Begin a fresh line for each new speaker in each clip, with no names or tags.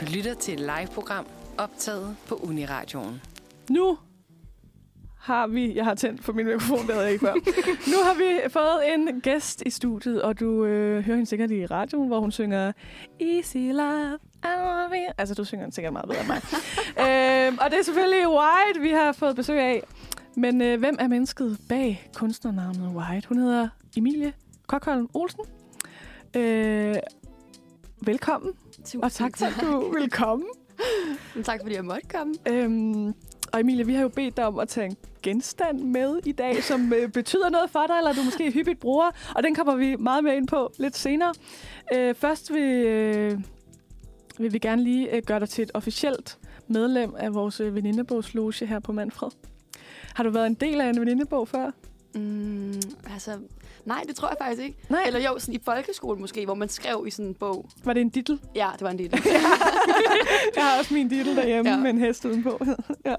Du lytter til et live-program optaget på Uniradioen.
Nu har vi... Jeg har tændt for min mikrofon, det havde jeg ikke før. nu har vi fået en gæst i studiet, og du øh, hører hende sikkert i radioen, hvor hun synger Easy Love. I'll be-" Altså, du synger den sikkert meget bedre end mig. øhm, og det er selvfølgelig White, vi har fået besøg af. Men øh, hvem er mennesket bag kunstnernavnet White? Hun hedder Emilie Kokholm Olsen. Øh, velkommen,
Tusind
og tak, tak. at du vil komme.
Men tak fordi jeg måtte komme.
Øhm, og Emilie, vi har jo bedt dig om at tage en genstand med i dag, som øh, betyder noget for dig, eller du måske hyppigt bruger, og den kommer vi meget mere ind på lidt senere. Øh, først vil, øh, vil vi gerne lige øh, gøre dig til et officielt medlem af vores øh, venindebogsloge her på Manfred. Har du været en del af en venindebog før?
Mm, altså, nej, det tror jeg faktisk ikke.
Nej.
Eller jo, sådan i folkeskolen måske, hvor man skrev i sådan en bog.
Var det en titel?
Ja, det var en del.
Jeg har også min titel derhjemme ja.
Ja.
med en hest udenpå. ja.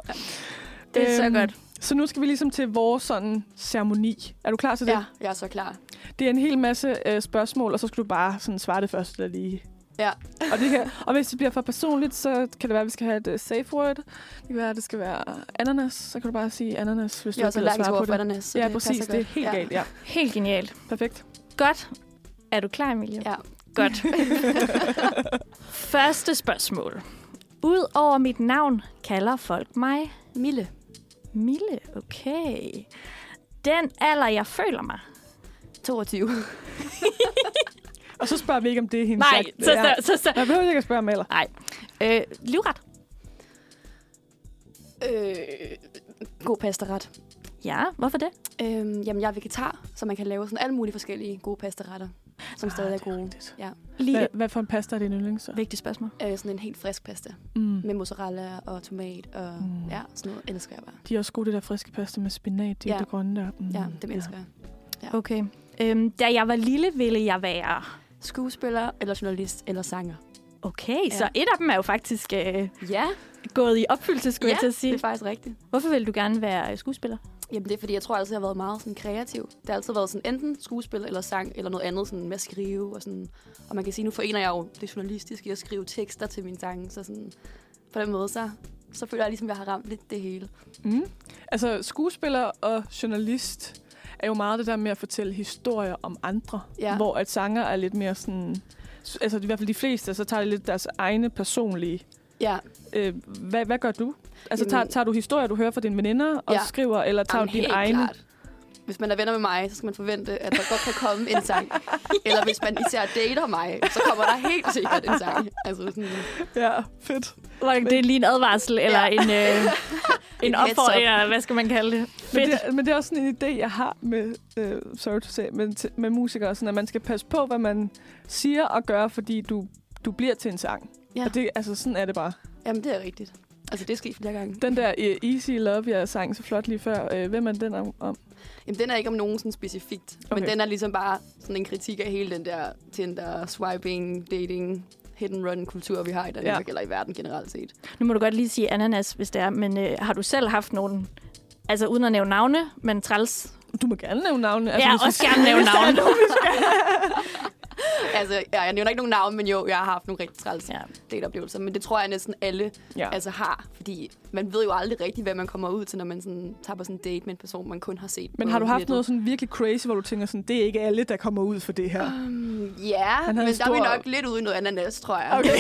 Det er så
øhm,
godt.
Så nu skal vi ligesom til vores sådan ceremoni. Er du klar til det?
ja, jeg er så klar.
Det er en hel masse øh, spørgsmål, og så skal du bare sådan svare det første, der lige...
Ja.
Og, det kan, og hvis det bliver for personligt, så kan det være, at vi skal have et uh, safe word. Det kan være, at det skal være ananas. Så kan du bare sige ananas, hvis
Jeg er
du
også
ikke gider
allergisk
svare på
over for
det.
ananas, så
Ja,
det
præcis.
passer
Det er
godt.
helt
ja.
galt. Ja,
Helt genialt.
perfekt.
Godt. Er du klar, Emilie?
Ja.
Godt. Første spørgsmål. Udover mit navn kalder folk mig
Mille,
Mille. Okay. Den alder, jeg føler mig.
22.
Og så spørger vi ikke, om det er hendes
Nej,
sagt.
så,
ja.
så, så, så.
Jeg behøver ikke at spørge om alder.
Øh, livret.
øh, god pastaret.
Ja, hvorfor det?
Øhm, jamen, jeg er vegetar, så man kan lave sådan alle mulige forskellige gode pastaretter, som
Ah,
stadig er gode.
Lige
Hvad,
et
hvad for en pasta er din yndlings? så?
vigtigt spørgsmål.
Øh, sådan en helt frisk pasta
Mm.
med mozzarella og tomat og
Mm.
ja, sådan noget elsker jeg bare.
De er også gode, det der friske pasta med spinat. De ja.
Ja.
det grønne der. Mm.
Ja, dem elsker jeg.
Okay. Øhm, da jeg var lille, ville jeg være...
Skuespiller eller journalist eller sanger.
Okay, ja.
Ja.
så et af dem er jo faktisk øh,
Ja,
gået i opfyldelse, skulle ja, jeg til at
det
sige.
er faktisk rigtigt.
Hvorfor ville du gerne være øh, skuespiller?
Jamen det er fordi, jeg tror altid, jeg har været meget sådan, kreativ. Det har altid været sådan, enten skuespil eller sang, eller noget andet sådan, med at skrive. Og, sådan. og man kan sige, nu forener jeg jo det journalistiske i at skrive tekster til mine sange. Så sådan, på den måde, så, så føler jeg ligesom, jeg har ramt lidt det hele.
Mm. Altså, skuespiller og journalist er jo meget det der med at fortælle historier om andre.
Ja.
Hvor at sanger er lidt mere sådan... s- Altså, i hvert fald de fleste, så tager de lidt deres egne personlige...
Ja,
Øh, hvad, hvad gør du? Altså,
Jamen-
tager, tager du historier, du hører fra dine veninder og
Ja.
skriver, eller tager
jamen,
du dine
helt
egne?
klart. Hvis man er venner med mig, så skal man forvente, at der godt kan komme en sang. Eller hvis man især dater mig, så kommer der helt sikkert en sang. Altså sådan,
Ja, fedt.
Var det- Det er lige en advarsel, eller ja.
Ja.
en, øh, en
Et heads up.
opfordring, eller hvad skal man kalde det?
Men
Fedt.
det, er- men det er også sådan en idé, jeg har med, øh, sorry to say, men til, med musikere, sådan, at man skal passe på, hvad man siger og gør, fordi du, du bliver til en sang.
Ja.
Og det, altså, sådan er det bare.
jamen det er rigtigt. Altså det er sket flere gange.
Den der øh, Easy Love, jeg sang så flot lige før, øh, hvem er den om? om?
Jamen, den er ikke om nogen sådan specifikt, okay.
Okay.
men den er ligesom bare sådan en kritik af hele den der Tinder, swiping, dating, hit and run kultur, vi har i Danmark,
Ja.
ja. eller i verden generelt set.
Nu må du godt lige sige ananas, hvis det er, men øh, har du selv haft nogen, altså uden at nævne navne, men træls?
Du må gerne nævne navnene.
Altså, ja,
hvis vi
også gerne nævne navne.
Altså, ja, jeg nævner ikke nogen navn, men jo, jeg har haft nogle rigtig træls ja.
Ja.
dateoplevelser, men det tror jeg næsten alle
Ja.
altså, har, fordi man ved jo aldrig rigtigt, hvad man kommer ud til, når man sådan, tager på sådan en date med en person, man kun har set
Men
på
har du haft
nettet.
noget sådan virkelig crazy, hvor du tænker sådan, det er ikke alle, der kommer ud for det her?
Mm, Ja,
Han havde
men der
en
er vi
stor-
nok lidt ude i noget ananas, tror jeg.
Okay.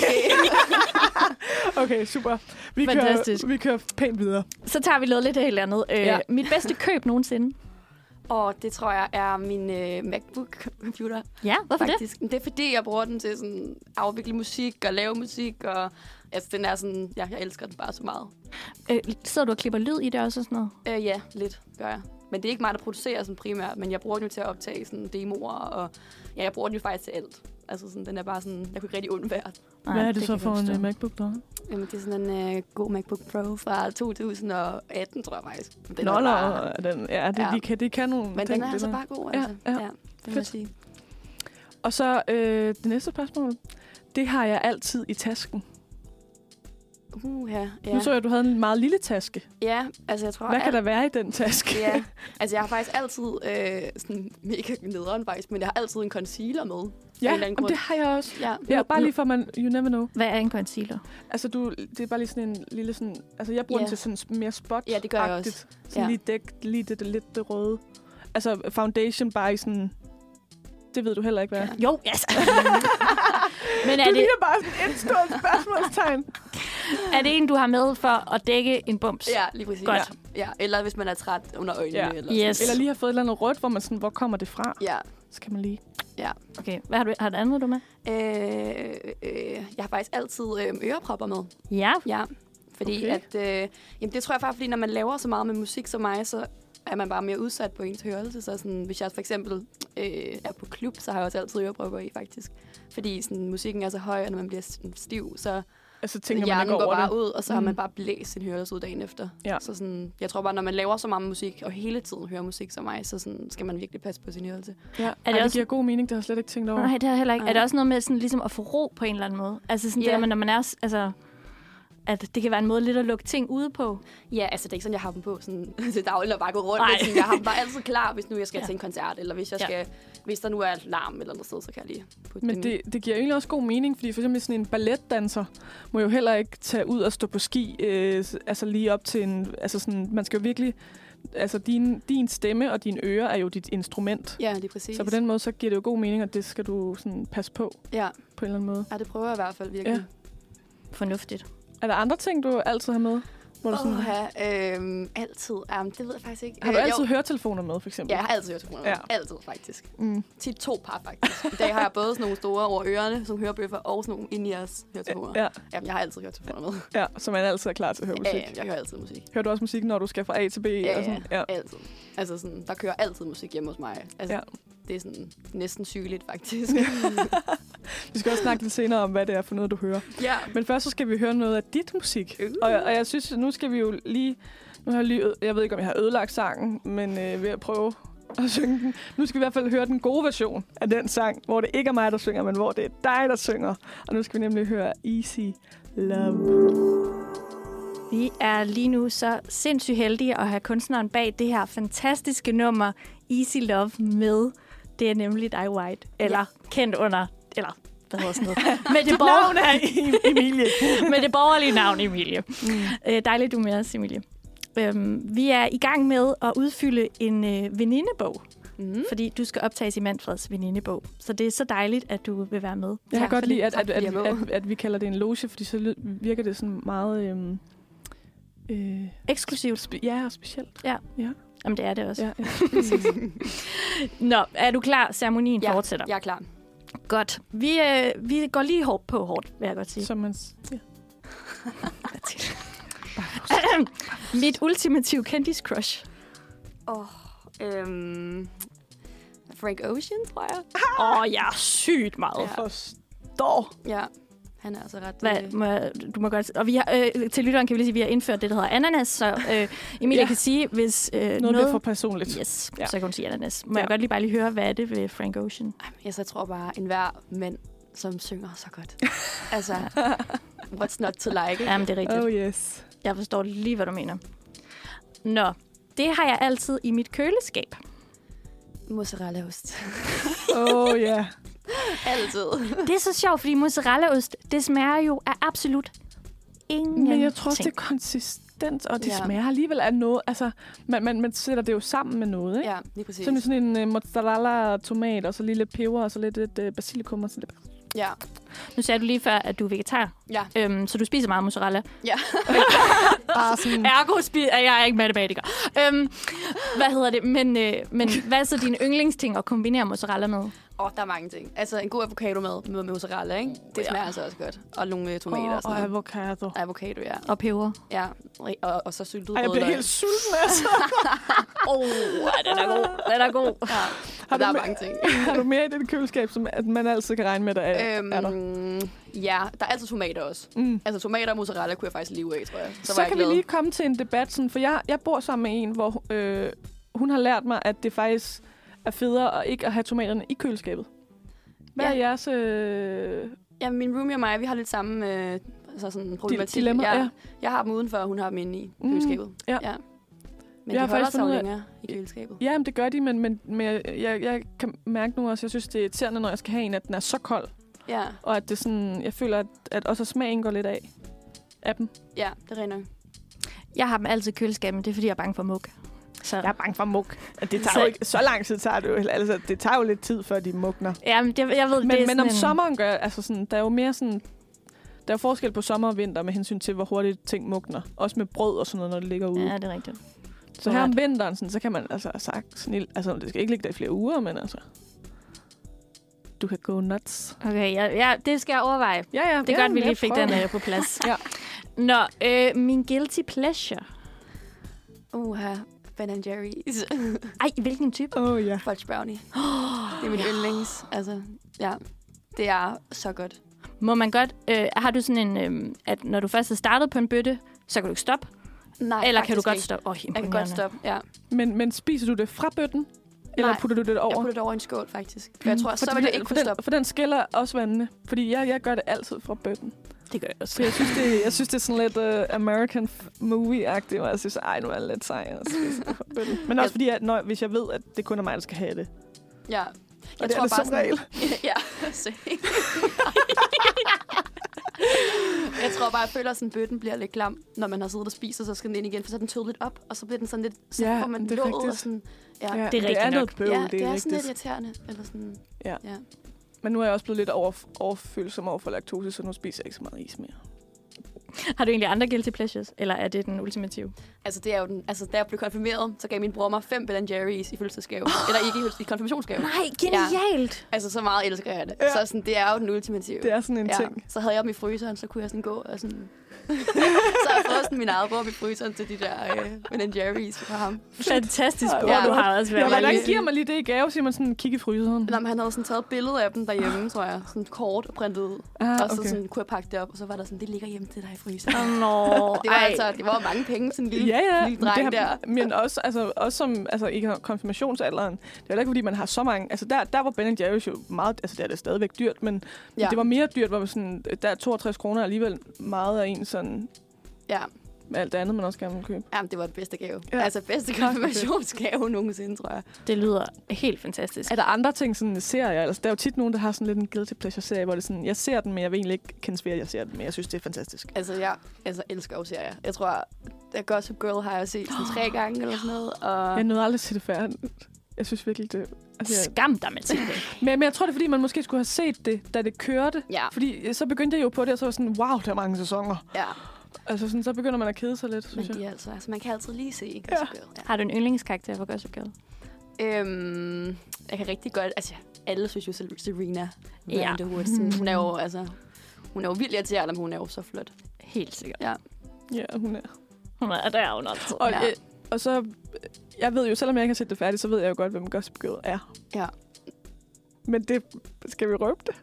Okay, super. Vi
Fantastisk.
kører, vi kører pænt videre.
Så tager vi noget lidt helt andet. Øh,
Ja.
ja. Mit bedste køb nogensinde.
Og det tror jeg er min øh, MacBook-computer.
Ja, hvorfor Faktisk.
faktisk. Det? det er fordi, jeg bruger den til sådan at afvikle musik og lave musik. Og, altså, den er sådan, ja, jeg elsker den bare så meget.
det? Øh, sidder du og klipper lyd i det også og sådan noget?
Øh, ja, lidt gør jeg. Men det er ikke mig, der producerer sådan primært, men jeg bruger den jo til at optage sådan demoer, og ja, jeg bruger den jo faktisk til alt. Altså sådan, den er bare sådan, jeg kunne ikke rigtig undvære. den.
Nej,
Hvad er det, så
kan
for
jeg
en
godt
øh,
forstå.
MacBook der?
Jamen, det er sådan en øh, god MacBook Pro fra 2018, tror jeg faktisk. Men Den
Nå,
er
nå,
bare,
den, ja, det, ja.
Ja.
De kan, det kan nogle
men
ting.
den er
det
altså
der.
bare god,
Ja,
altså.
ja.
det må
Fedt.
jeg sige.
Og så øh, det næste spørgsmål. Det har jeg altid i tasken.
Uh, ja.
Nu så jeg, at du havde en meget lille taske.
ja, altså jeg tror...
Hvad kan
alt-
der være i den taske?
Ja, altså jeg har faktisk altid, øh, sådan mega nederen faktisk, men jeg har altid en concealer med.
ja
en eller anden
jamen,
grund.
det har jeg også.
Ja,
Ja, bare lige for man, you never know.
Hvad er en concealer?
Altså, du, det er bare lige sådan en lille sådan... Altså, jeg bruger
Ja.
den til sådan s- mere spot
Ja, det gør jeg også.
Sådan
Ja.
lige dæk, lige det, det lidt det røde. Altså, foundation bare i sådan... Det ved du heller ikke, hvad er.
Ja.
Jo, yes. Men
Du
er det,
ligner bare sådan et stort spørgsmålstegn.
er det en, du har med for at dække en bums?
ja, lige præcis.
Godt.
Ja. ja, eller hvis man er træt under øjnene.
Ja.
Eller sådan.
Yes.
Eller lige har fået et eller andet rødt, hvor man sådan, hvor kommer det fra?
Ja.
Så kan man lige...
Okay, hvad har du, har du andet, du er med?
Øh, øh, jeg har faktisk altid øh, ørepropper med.
Ja.
Ja, fordi
Okay.
okay. at, øh, jamen det tror jeg faktisk, fordi når man laver så meget med musik som mig, så er man bare mere udsat på ens hørelse. Så sådan, hvis jeg for eksempel øh, er på klub, så har jeg også altid ørepropper i, faktisk. Fordi sådan, musikken er så høj, og når man bliver sådan stiv, så
Altså, tænker
Tænker
man
hjernen
ikke
går
over
bare
det.
ud, og så har
Mm.
man bare blæst sin hørelse ud dagen efter.
Ja.
Så sådan, jeg tror bare, når man laver så meget musik, og hele tiden hører musik som mig, så sådan, skal man virkelig passe på sin hørelse.
Ja. Er det, Ej,
det
det
også-
giver god mening, det har jeg slet ikke tænkt over.
Nej, det har jeg heller ikke. Er det
Nej.
også noget med sådan, ligesom at få ro på en eller anden måde? Altså sådan
Ja.
det der med, når man er... s- Altså, at det kan være en måde lidt at lukke ting ude på.
Ja, altså det er ikke sådan, jeg har dem på sådan, til daglig, eller bare gå rundt.
Nej.
Men sådan, jeg har dem bare altid klar, hvis nu jeg skal
Ja.
ja. til en koncert, eller hvis, jeg
Ja.
skal, hvis der nu er larm eller noget sted, så kan jeg lige putte
Men
dem i.
det, det giver egentlig også god mening, fordi for eksempel sådan en balletdanser må jo heller ikke tage ud og stå på ski, øh, s- altså lige op til en, altså sådan, man skal jo virkelig, altså din, din stemme og dine ører er jo dit instrument.
Ja, det er præcis.
Så på den måde, så giver det jo god mening, og det skal du sådan passe på
Ja.
på en eller anden måde.
ja, det prøver jeg i hvert fald virkelig.
Fornuftigt.
Er der andre ting, du altid har med? Hvor du
Ja.
sådan,
Åh, ja, øhm, altid. Um, det ved jeg faktisk ikke.
har du
Øh,
altid
jo.
høretelefoner med, for eksempel?
Ja, jeg har altid høretelefoner.
Ja.
Ja. Altid, faktisk.
Mm.
Til to par, faktisk. I dag har jeg både sådan nogle store over ørerne, som hørebøffer, og sådan nogle ind i jeres høretelefoner.
Ja,
Jamen, jeg har altid høretelefoner med.
ja, så man altid er klar til at høre musik.
Ja, ja, jeg hører altid musik.
Hører du også musik, når du skal fra A til B?
Ja,
og sådan? ja.
Altid. Altså sådan, der kører altid musik hjemme hos mig. Altså,
Ja.
ja. Det er sådan næsten sygeligt, faktisk.
Vi skal også snakke lidt senere om, hvad det er for noget, du hører.
ja.
Men først så skal vi høre noget af dit musik.
Uh.
Og, og jeg synes, nu skal vi jo lige... Nu har jeg, lige, øde- jeg ved ikke, om jeg har ødelagt sangen, men øh, ved at prøve at synge den. Nu skal vi i hvert fald høre den gode version af den sang, hvor det ikke er mig, der synger, men hvor det er dig, der synger. Og nu skal vi nemlig høre Easy Love.
Vi er lige nu så sindssygt heldige at have kunstneren bag det her fantastiske nummer Easy Love med. Det er nemlig Di White. Eller ja. kendt under... Eller hvad hedder sådan noget? med, det borger,
Navn er E- Emilie.
med det borgerlige navn, Emilie. Mm. Dejligt, du er med os, Emilie. Øhm, vi er i gang med at udfylde en øh, venindebog,
Mm.
fordi du skal optages i Manfreds venindebog. Så det er så dejligt, at du vil være med.
Jeg kan
Tak
godt
for det.
lide, at,
Tak
at,
fordi
at,
jeg må.
at, at vi kalder det en loge, fordi så lyd- virker det sådan meget... Øhm, øh,
Eksklusivt.
spe- ja, og specielt.
Jamen, det er det også. Ja.
Ja, ja.
Nå, er du klar? Ceremonien ja. fortsætter.
Jeg er klar.
Godt. Vi, øh, vi går lige hårdt på hårdt, vil jeg godt sige.
Så man... s- Ja.
Mit ultimative Candy's Crush.
Øhm, Frank Ocean, tror jeg.
Åh, oh, jeg er sygt meget.
Ja.
Forstår.
Ja. Han er altså ret...
Hvad, må, jeg- du må godt, og vi har, øh, til lytteren kan vi lige sige, at vi har indført det, der hedder ananas, så øh, Emilie
Ja.
ja. kan sige, hvis øh, noget...
Noget, noget for personligt.
Yes,
Ja.
ja. så kan hun sige ananas. Må
Ja.
ja. jeg godt lige bare lige høre, hvad er det ved Frank Ocean?
Øh, jeg så tror bare, at enhver mand, som synger så godt. altså, what's not to like? ikke?
Jamen, det er rigtigt.
Oh yes.
Jeg forstår lige, hvad du mener. Nå, det har jeg altid i mit køleskab.
Mozzarellaost.
Oh ja. Yeah.
Altid.
Det er så sjovt, fordi mozzarellaost, det smager jo af absolut ingen
Men jeg tror også, det er konsistent, og det ja.
Ja.
smager alligevel af noget. Altså, man, man, man sætter det jo sammen med noget, ikke?
Ja, lige præcis.
Så med sådan en uh, mozzarella og tomat, og så lige lidt peber, og så lidt, lidt uh, basilikum og sådan lidt.
Ja.
Nu sagde du lige før, at du er vegetar,
Ja.
øhm, så du spiser meget mozzarella.
Mm.
Ja.
Bare sådan,
Ergo spiser... Jeg er ikke matematiker. Øhm, hvad hedder det? Men, øh, men hvad er så dine yndlingsting at kombinere mozzarella med?
Åh, oh, der er mange ting. Altså, en god avocado med, med mozzarella, ikke? Det smager altså også godt. Og nogle øh, tomater
oh,
og
og
sådan noget.
avocado.
Avocado, ja.
Og peber.
Ja, og, og, og så syltet
Ej, jeg bliver helt sulten, altså.
Åh, oh, den er god. Den er god.
Ja,
Har
og der
du
er
med-
mange ting.
Har du mere i dit køleskab, som at man altid kan regne med, der er, øhm, er der?
Øhm, ja, der er altid tomater også.
Mm.
Altså tomater og mozzarella kunne jeg faktisk leve af, tror jeg.
Så,
var
så
jeg
kan vi
glad.
lige komme til en debat, sådan, for jeg, jeg bor sammen med en, hvor øh, hun har lært mig, at det faktisk er federe at ikke at have tomaterne i køleskabet. Hvad ja.
Ja.
er jeres... Øh,
Ja, min roomie og mig, vi har lidt samme øh, altså sådan problematik.
dilemma,
jeg,
ja.
jeg har dem udenfor, og hun har dem inde i
Mm,
køleskabet.
ja.
ja. Men
Jeg har
de holder
faktisk
sig jo
fundet ud af-
længere i køleskabet.
Ja, men det gør de, men, men, men jeg, jeg, jeg kan mærke nu også, jeg synes, det er irriterende, når jeg skal have en, at den er så kold.
Ja,
Og at det sådan, jeg føler, at, at også smagen går lidt af, af dem.
ja det er rent nok.
Jeg har dem altid i køleskabet, men det er, fordi jeg er bange for mug. Så,
Jeg er bange for mug. Det tager
Så-
jo ikke, så lang tid tager det jo. Altså, det tager jo lidt tid, før de mugner.
ja, men det, jeg ved, det
Men,
er
men
sådan
om
en-
sommeren gør, altså sådan, der er jo mere sådan, der er jo forskel på sommer og vinter med hensyn til, hvor hurtigt ting mugner. Også med brød og sådan noget, når det ligger ude.
Ja,
Ja,
det er rigtigt.
så her om vinteren, sådan, så kan man altså sagt snil, altså det skal ikke ligge der i flere uger, men altså, du kan gå nuts.
Okay, ja, ja, det skal jeg overveje.
Ja, ja.
Det er
ja,
godt,
men
vi lige
jeg
fik
prøver.
den øh, på plads.
Ja.
Nå, øh, min guilty pleasure.
Uha, Ben Jerry's
Ej, hvilken type?
Åh, oh, ja.
fudge brownie. Det er min yndlings. Altså, ja. Det er så godt.
Må man godt... Øh, har du sådan en... Øh, at når du først har startet på en bøtte, så kan du ikke stoppe?
Nej,
Eller kan du
faktisk
godt
ikke.
stoppe? Oh,
Jeg kan godt stoppe, ja.
Men, men spiser du det fra bøtten? Eller
Nej,
putter du det
Jeg
over? Mm,
putter det over i en skål, faktisk. For jeg tror,
For
så
den-
vil jeg ikke
for
kunne
den,
stoppe.
For den skiller også vandene. Fordi jeg, jeg gør det altid fra bøtten.
Det gør jeg også.
For jeg synes, det, jeg synes, det er sådan lidt uh, American f- movie-agtigt, og jeg synes, ej, nu er jeg lidt sej. at spise det fra bøtten. Men også fordi, at når, hvis jeg ved, at det kun er mig, der skal have det.
Ja.
Og det er det som regel.
ja, se. jeg tror bare, jeg føler, at sådan bøtten bliver lidt klam, når man har siddet og spist, og så skal den ind igen, for så er den tød lidt op, og så bliver den sådan lidt, så
Ja,
ja, får man
det er
låget og
rigtigt.
sådan... Ja,
det er
det er
rigtigt
noget
nok.
bøvl,
ja,
det er,
sådan lidt
rigtigt.
irriterende. Eller sådan,
Ja.
ja.
Men nu er jeg også blevet lidt over, overfølsom over for laktose, så nu spiser jeg ikke så meget is mere.
Har du egentlig andre guilty pleasures? Eller er det den ultimative?
Altså, det er jo den, altså, da jeg blev konfirmeret, så gav min bror mig fem Ben Jerry's i fødselsdagsgave. eller ikke i, fødsels- i konfirmationsgave.
Nej,
genialt! Altså, så meget elsker jeg det.
Ja.
Ja. Så sådan, det er jo den ultimative.
Det er sådan en ting.
Så havde jeg dem i fryseren, så kunne jeg sådan gå og sådan... så har jeg fået sådan min eget rum i fryseren til de der øh, Ben Jerry's fra ham.
Fantastisk
Ej,
bord,
hvor er
ja. du
du-
har også
Ja,
været
var
hvordan
med.
lige-
giver man lige det i gave, siger man sådan, kig i fryseren.
Nå, men han havde sådan taget et billede af dem derhjemme, tror jeg. Sådan kort og printet ud.
Ah,
Og så
okay.
sådan, kunne jeg pakke det op, og så var der sådan, det ligger hjemme til dig i fryseren.
Åh, Nå,
Det var
ej.
altså, det var mange penge, sådan en lille,
ja, ja.
lille
men
dreng
det
der.
har, Men også, altså, også som, altså, i konfirmationsalderen, det er heller ikke, fordi man har så mange... Altså, der, der var Ben Jerry's jo meget... Altså, det er det stadigvæk dyrt, men ja.
Ja.
det var mere dyrt, hvor man sådan, der er 62 kroner alligevel meget af en sådan...
Ja.
med Alt det andet, man også gerne vil købe.
Jamen, det var den bedste gave.
Ja.
Ja. Altså, bedste konfirmationsgave nogensinde, tror jeg.
Det lyder helt fantastisk.
Er der andre ting, sådan serier? Altså, der er jo tit nogen, der har sådan lidt en guilty pleasure-serie, hvor det er sådan, jeg ser den, men jeg vil egentlig ikke kendes ved, at jeg ser den, men jeg synes, det er fantastisk.
Altså, jeg altså, elsker jo serier. Jeg tror, at Gossip Girl har jeg set sådan tre gange eller sådan noget. Og
Jeg nåede aldrig til det færdigt. Jeg synes virkelig, det... Altså, jeg,
Skam dig, Mathilde.
men, men jeg tror, det er, fordi man måske skulle have set det, da det kørte.
ja,
Fordi øh, så begyndte jeg jo på det, og så var jeg sådan, wow, der er mange sæsoner.
ja.
Altså sådan, så begynder man at kede sig lidt,
Men
synes jeg.
de er altså, altså, man kan altid lige se Gossip Girl. Ja.
Har du en yndlingskarakter for Gossip Girl?
Øhm, jeg kan rigtig godt, altså alle synes jo selv Serena
Ja.
Vanderwood. Hudson. Hun er jo, altså, hun er jo vildt irriterende, men hun er jo så flot.
Helt sikkert.
Ja, hun er.
Hun er der under altid.
Og,
Ja.
øh, og så, øh, jeg ved jo, selvom jeg ikke har set det færdigt, så ved jeg jo godt, hvem Gossip Girl er.
Ja.
Men det, skal vi røbe det?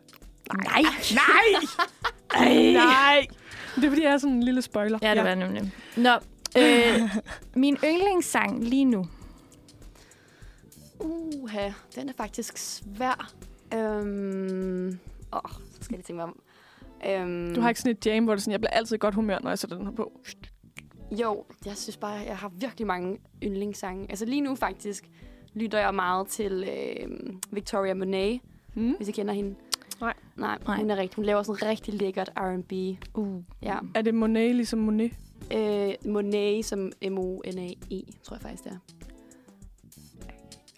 Nej, nej! Ej.
Nej! Det er, fordi jeg er sådan en lille spoiler.
Ja, det var det nemlig. Nå, øh, min yndlingssang lige nu.
Uha, den er faktisk svær. Øhm, åh, så skal jeg lige tænke mig om. Øhm,
Du har ikke sådan et jam, hvor det er sådan, jeg bliver altid i godt humør, når jeg sætter den her på.
Jo, jeg synes bare, jeg har virkelig mange yndlingssange. Altså lige nu faktisk lytter jeg meget til øh, Victoria Monet,
Hmm?
hvis I kender hende.
Nej.
Nej,
Nej.
Hun, er rigtig, hun laver sådan rigtig lækkert R&B.
Uh.
Ja.
Er det Monet ligesom Monet?
Øh, Monet som M-O-N-A-E, E, tror jeg faktisk det er.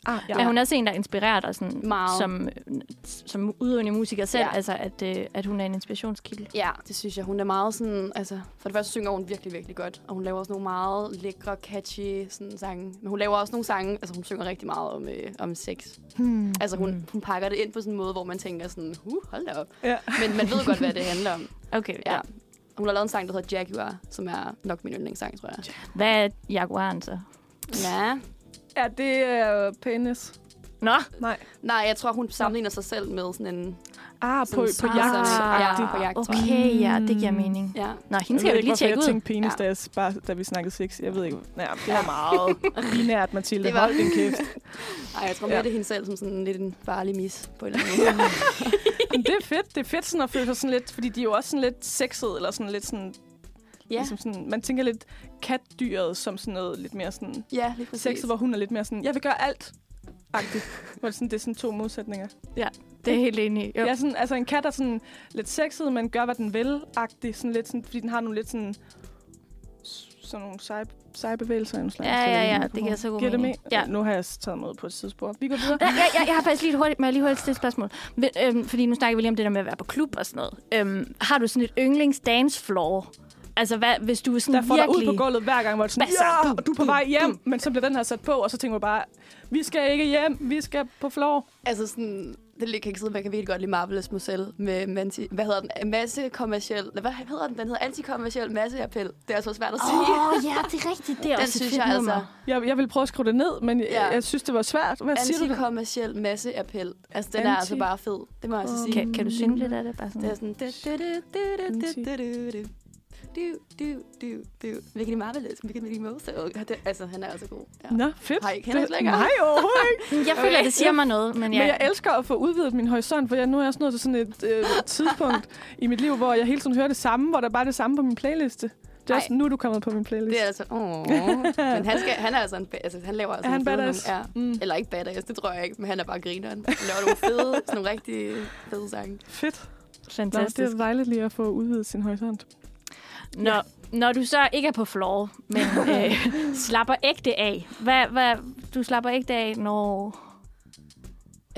Ah,
Ja. Er hun også en, der inspirerer dig sådan,
Meget.
som, øh, som udøvende musiker selv? Ja.
Ja.
Altså, at, øh, at hun er en inspirationskilde?
Ja, det synes jeg. Hun er meget sådan, altså for det første synger hun virkelig, virkelig godt. Og hun laver også nogle meget lækre, catchy sådan, sange. Men hun laver også nogle sange, altså hun synger rigtig meget om, øh, om sex.
Hmm.
Altså hun,
Mm.
hun pakker det ind på sådan en måde, hvor man tænker sådan, huh, hold da op.
Ja.
Men man ved godt, hvad det handler om.
Okay, ja.
Ja. Hun har lavet en sang, der hedder Jaguar, som er nok min yndlingssang, tror jeg.
Hvad er jaguaren så?
Ja.
Er det uh, penis?
Nå,
Nej.
Nej, jeg tror, hun sammenligner sig selv med sådan en...
Ah, på, på
Sådan-
jagt.
Ah.
Ja.
jagtigt. på jagt, tror jeg.
Okay, ja, det giver mening.
Ja.
Nå, hende skal Mm. jeg jo
ikke,
lige
hvorfor
tjekke
jeg
ud.
tænkte penis, da,
Ja.
jeg, bare, da vi snakkede sex. Jeg ved ikke. Nej, det var meget binært, Mathilde.
Det var-
Hold din kæft.
Ej, jeg tror mere,
Ja.
det er hende selv som sådan lidt en farlig mis på en eller anden måde.
Men det er fedt. Det er fedt sådan at føle sig sådan lidt, fordi de er jo også sådan lidt sexede, eller sådan lidt sådan, ja. ligesom sådan, man tænker lidt katdyret som sådan noget lidt mere sådan
ja, lige præcis.
sexet, hvor hun er lidt mere sådan, jeg vil gøre alt. Agtigt. Hvor det, sådan, det er sådan to modsætninger.
Det er jeg helt enig i. Jo.
Jo. Ja, sådan, altså en kat er sådan lidt sexet, men gør, hvad den vil. Agtig, sådan lidt sådan, fordi den har nogle lidt sådan, sådan nogle seje, seje bevægelser. af En slags,
Ja,
Jeg ved
ja,
ikke,
ja,
om du
det giver
får-
så god
giver det
mening.
med?
Ja.
Nu har jeg taget mig ud på et tidsspor. Vi går videre.
Nej, jeg, jeg, jeg har faktisk lige et hurtigt, må jeg lige hurtigt stille et spørgsmål. Ved- Øhm, fordi nu snakker vi lige om det der med at være på klub og sådan noget. Øhm, har du sådan et yndlings dance floor? Altså, hvad, hvis du er sådan
der får dig ud
virkelig...
på gulvet hver gang, hvor det er sådan,
Basser,
ja,
bum,
og du er på
bum,
vej hjem, men så bliver den her sat på, og så tænker man bare, vi skal ikke hjem, vi skal på floor.
Altså sådan, det ligger ikke siden, man kan virkelig godt lide Marvelous Moselle med manti, hvad hedder den, masse kommerciel, hvad hedder den, den hedder antikommerciel masseappel. Det er så svært at sige.
Åh, oh, ja, det er rigtigt. Det er
Den
også
synes
et fedt
jeg
nummer.
altså,
Jeg, jeg ville prøve at skrue det ned, men ja.
Ja.
jeg, jeg synes, det var svært. Hvad siger du? der?
antikommerciel masseappel. Altså, den er
Anti-
altså bare fed. Det må jeg altså sige.
Kan, kan du synge lidt af det? Bare sådan?
Det er sådan... Du, du, du, du, du, du, du, du, du, du, du, du. Hvilken er Marvelous, hvilken er Mickey Mouse. Og det- Altså, han er altså god. Ja.
Nå, fedt.
Har I- kender I
Det-
slet ikke?
Nej, overhovedet ikke.
Jeg føler, okay. det siger mig noget, men
Men
ja.
jeg elsker at få udvidet min horisont, for jeg, nu er jeg også nået til sådan et øh, tidspunkt i mit liv, hvor jeg hele tiden hører det samme, hvor der bare er det samme på min playliste. Det er
Ej.
også nu, du er kommet på min playlist.
Det er altså... Åh. Men han, skal, han er altså en... ba- Altså, han laver altså
Er han
nogle fede
badass?
nogle- Ja.
Mm.
Eller ikke badass, det tror jeg ikke, men han er bare grineren. Han laver nogle fede, sådan nogle rigtig fede sange.
Fedt. Nå, det
Fantastisk.
er dejligt lige at få udvidet sin horisont.
Når, når du så ikke er på floor, men øh, slapper ægte af. Hvad, hvad, du slapper ægte af, når...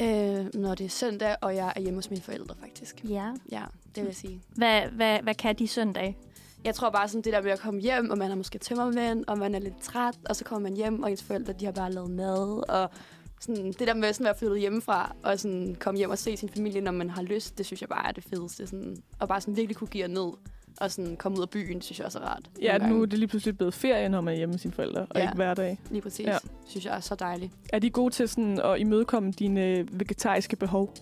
Øh, når det er søndag, og jeg er hjemme hos mine forældre, faktisk.
Ja.
Ja, det vil jeg sige.
Hvad, hvad, hvad kan de søndag?
Jeg tror bare sådan det der med at komme hjem, og man er måske tømmermænd, og man er lidt træt, og så kommer man hjem, og ens forældre, de har bare lavet mad, og sådan, det der med sådan at være flyttet hjemmefra, og sådan komme hjem og se sin familie, når man har lyst, det synes jeg bare er det fedeste. Sådan, og bare sådan virkelig kunne give ned, og sådan komme ud af byen, det synes jeg også er rart.
Ja,
nogle
nu er
gange.
det lige pludselig blevet ferie, når man er hjemme med sine forældre, og
Ja.
ikke hverdag.
Lige præcis.
Ja.
Ja. Synes jeg er så dejligt.
Er de gode til sådan at imødekomme dine øh, vegetariske behov?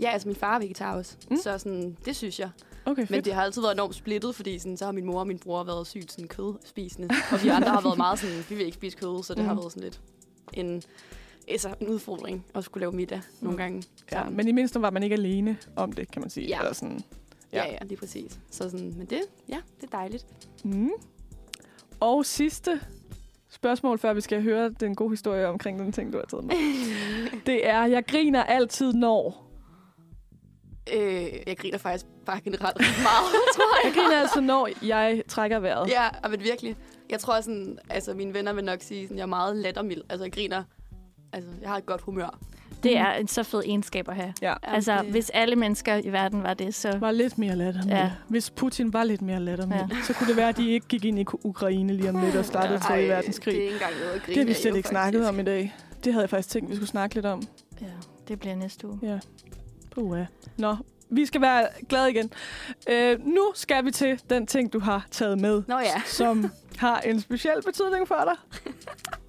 Ja, altså min far er vegetar også,
Mm.
mm. så sådan, det synes jeg.
Okay,
Men
fedt.
det har altid været enormt splittet, fordi sådan, så har min mor og min bror været sygt sådan kødspisende. Og vi andre har været meget sådan, vi vil ikke spise kød, så det mm. har
Mm.
været sådan lidt en, altså, en udfordring at skulle lave middag nogle gange.
ja,
sammen.
men i mindst var man ikke alene om det, kan man sige.
Ja.
Eller sådan.
ja. ja, ja, lige præcis. Så sådan, men det, ja, det er dejligt.
Mm. Og sidste spørgsmål, før vi skal høre den gode historie omkring den ting, du har taget med. det er, jeg griner altid, når...
Øh, jeg griner faktisk bare generelt ret meget, tror
Jeg
jeg.
griner altid, når jeg trækker vejret.
Ja, men virkelig. Jeg tror sådan, altså mine venner vil nok sige, sådan, jeg er meget lattermild. Altså jeg griner, altså jeg har et godt humør.
Det er en så fed egenskab at have.
Ja.
Ja,
altså,
det-
hvis alle mennesker i verden var det, så...
Var lidt mere lattermild.
Ja.
Ja. Hvis Putin var lidt mere lattermild,
Ja.
ja. så kunne det være, at de ikke gik ind i Ukraine lige om lidt og startede 3.
Ej,
verdenskrig.
Det er ikke engang noget at grine
Det har vi
af,
slet
jo,
ikke snakket
faktisk.
om i dag. Det havde jeg faktisk tænkt, vi skulle snakke lidt om.
Ja, det bliver næste uge.
Ja. Puha. Nå, vi skal være glade igen. Øh, nu skal vi til den ting, du har taget med,
Nå ja.
som har en speciel betydning for dig.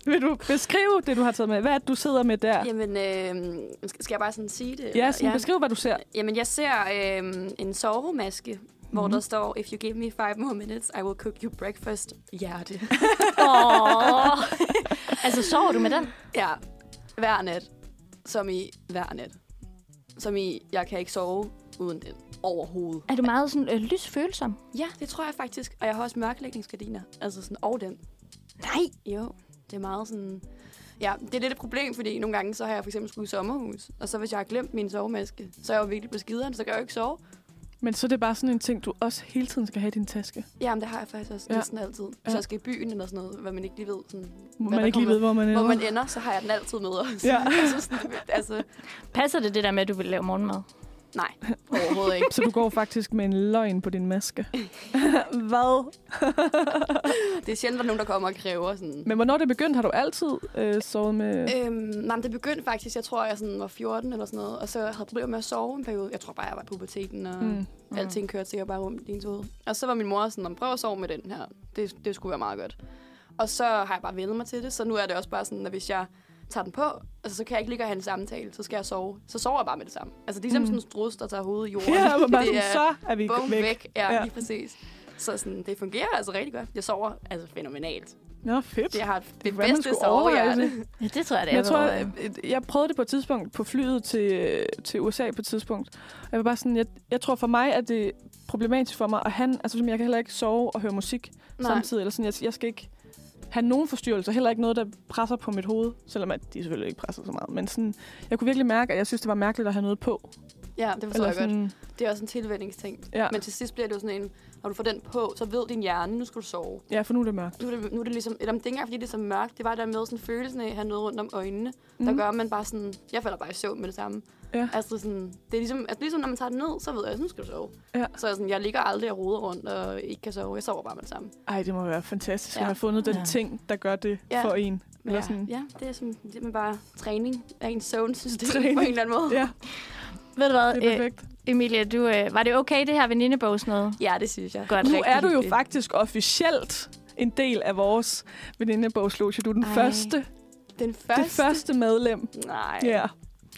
Vil du beskrive det, du har taget med? Hvad er det, du sidder med der?
Jamen, øh, skal skal jeg bare sådan sige det?
Ja,
eller?
sådan, beskriv, hvad du ser.
Jamen, jeg ser øh, en sovemaske, mm-hmm. hvor
Mhm.
der står, If you give me five more minutes, I will cook you breakfast. Hjerte.
Åh. altså, sover du med den?
ja, hver nat. Som i hver nat. Som i, jeg kan ikke sove uden den overhovedet.
Er du meget sådan øh, lysfølsom?
Ja, det tror jeg faktisk. Og jeg har også mørklægningsgardiner. Altså sådan over den.
Nej.
Jo, det er meget sådan... Ja, det er lidt et problem, fordi nogle gange så har jeg for eksempel skulle i sommerhus, og så hvis jeg har glemt min sovemaske, så er jeg jo virkelig på skideren, så kan jeg jo ikke sove.
Men så er det bare sådan en ting, du også hele tiden skal have i din taske.
Jamen, det har jeg faktisk også
Ja.
ja. næsten altid. Hvis
Ja.
ja. jeg skal i byen eller sådan noget, hvad man ikke lige ved, sådan,
Må
Hvad
man
der
ikke lige
kommer-
ved, hvor man er.
hvor man ender, så har jeg den altid med os.
Ja.
altså, sådan, altså,
Passer det det der med, at du vil lave morgenmad?
nej, overhovedet ikke.
Så du går faktisk med en løgn på din maske. hvad?
Det er sjældent, at nogen, der kommer og kræver sådan.
Men hvornår det begyndte, har du altid øh, sovet med...
Øhm, nej, men det begyndte faktisk, jeg tror, jeg sådan var 14 eller sådan noget, og så havde jeg problemer med at sove en periode. Jeg tror bare, jeg var i puberteten, og mm.
Mm.
alting kørte sikkert bare rundt i ens hoved. Og så var min mor sådan, "Nå, prøv at sove med den her. Det, det skulle være meget godt. Og så har jeg bare vendet mig til det, så nu er det også bare sådan, at hvis jeg tager den på, altså, så kan jeg ikke ligge og have en samtale, så skal jeg sove. Så sover jeg bare med det samme. Altså, det er ligesom
Mm.
sådan en strus, der tager hovedet i jorden.
Ja, hvor bare
Det
sådan,
er-
så er vi
Bum,
væk.
væk. væk. Ja,
Ja.
ja, lige præcis. Så sådan, det fungerer altså rigtig godt. Jeg sover altså fænomenalt.
Nå, fedt.
Det har det
Hvad man
bedste
skulle overveje altså.
sovehjerte.
Ja, det tror jeg, det
Men
er.
jeg tror,
allerede.
jeg,
øh,
jeg prøvede det på et tidspunkt på flyet til, øh, til USA på et tidspunkt. Og jeg var bare sådan, jeg, jeg tror for mig, at det er problematisk for mig at han, altså som jeg kan heller ikke sove og høre musik Nej.
Nej.
samtidig, eller sådan, jeg, jeg skal ikke have nogen forstyrrelser, heller ikke noget, der presser på mit hoved, selvom at de selvfølgelig ikke presser så meget, men sådan, jeg kunne virkelig mærke, at jeg synes, det var mærkeligt at have noget på.
Ja, det forstår
Eller
jeg godt.
sådan,
Det er også en tilvændingsting.
ja,
Men til sidst bliver det jo sådan en, når du får den på, så ved din hjerne, nu skal du sove.
ja, for nu er det mørkt.
Nu er det, nu er det ligesom, eller det er ikke engang, fordi det er så mørkt. Det var der med sådan følelsen af at have noget rundt om øjnene, mm. der gør, at man bare sådan, jeg falder bare i søvn med det samme.
Mhm. Ja.
Altså sådan, det er ligesom, altså ligesom når man tager det ned, så ved jeg, at nu skal du sove.
Ja.
Så jeg, sådan, jeg ligger aldrig og roder rundt og ikke kan sove. Jeg sover bare med det samme.
Ej, det må være fantastisk ja.
Ja.
at have fundet den
Ja.
ting, der gør det
Ja.
for en. Eller
ja,
sådan.
ja, det er som, simpelthen bare træning af ens søvnsystem
Træning.
på en eller anden måde.
Ja,
Ved du hvad,
det er
øh,
perfekt.
Emilie, du, øh, var det okay, det her venindebogs noget?
Ja, det synes jeg.
Godt.
Nu
Rigtig
er du jo
hyggeligt.
faktisk officielt en del af vores venindebogsloge. Du er den
Ej.
første,
Den
første,
første.
det første medlem.
Nej.
Ja.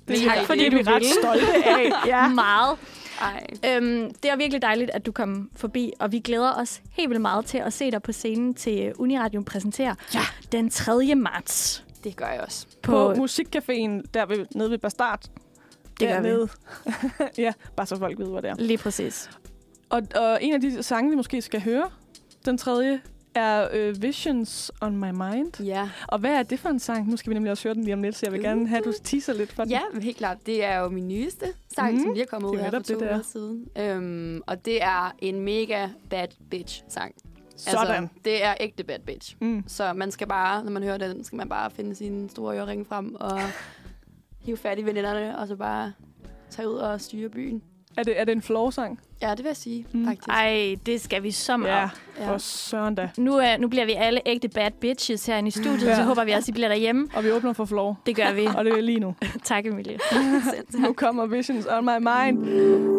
Det
er
tak,
vi-
fordi
det er vi
du
ret
ville.
stolte af.
Ja. Meget.
Ej.
Øhm, det er virkelig dejligt, at du kom forbi, og vi glæder os helt vildt meget til at se dig på scenen til øh, Uniradion præsenterer ja. den 3. marts.
Det gør jeg også.
På musikcaféen der ved, nede ved Bastard.
Det gør vi.
Dernede. ja, bare så folk ved, hvor det er.
Lige præcis.
Og, og en af de sange, vi måske skal høre, den tredje, er øh, Visions on My Mind.
Ja.
Og hvad er det for en sang? Nu skal vi nemlig også høre den lige om lidt, så jeg vil gerne have, at
Mm.
du teaser lidt for den.
Ja, men helt klart. Det er jo min nyeste sang,
Mhm.
mm. som lige er kommet
Det
ud
er
her for
netop det,
to
det er.
uger siden. Øhm, og det er en mega bad bitch sang.
Sådan.
Altså, det er ægte bad bitch.
Mm.
Så man skal bare, når man hører den, skal man bare finde sine store øreringe frem og hive fat i veninderne, og så bare tage ud og styre byen.
Er, det, er det en floor-sang?
Ja, det vil jeg sige,
Mm.
mm. faktisk.
Ej, det skal vi så meget.
Ja,
Ja.
for søren da.
Nu, øh, nu bliver vi alle ægte bad bitches herinde i studiet,
Ja.
ja. så håber vi også, I bliver derhjemme.
Og vi åbner for floor.
Det gør vi.
Og det er lige nu.
tak, Emilie.
Nu kommer Visions on my mind.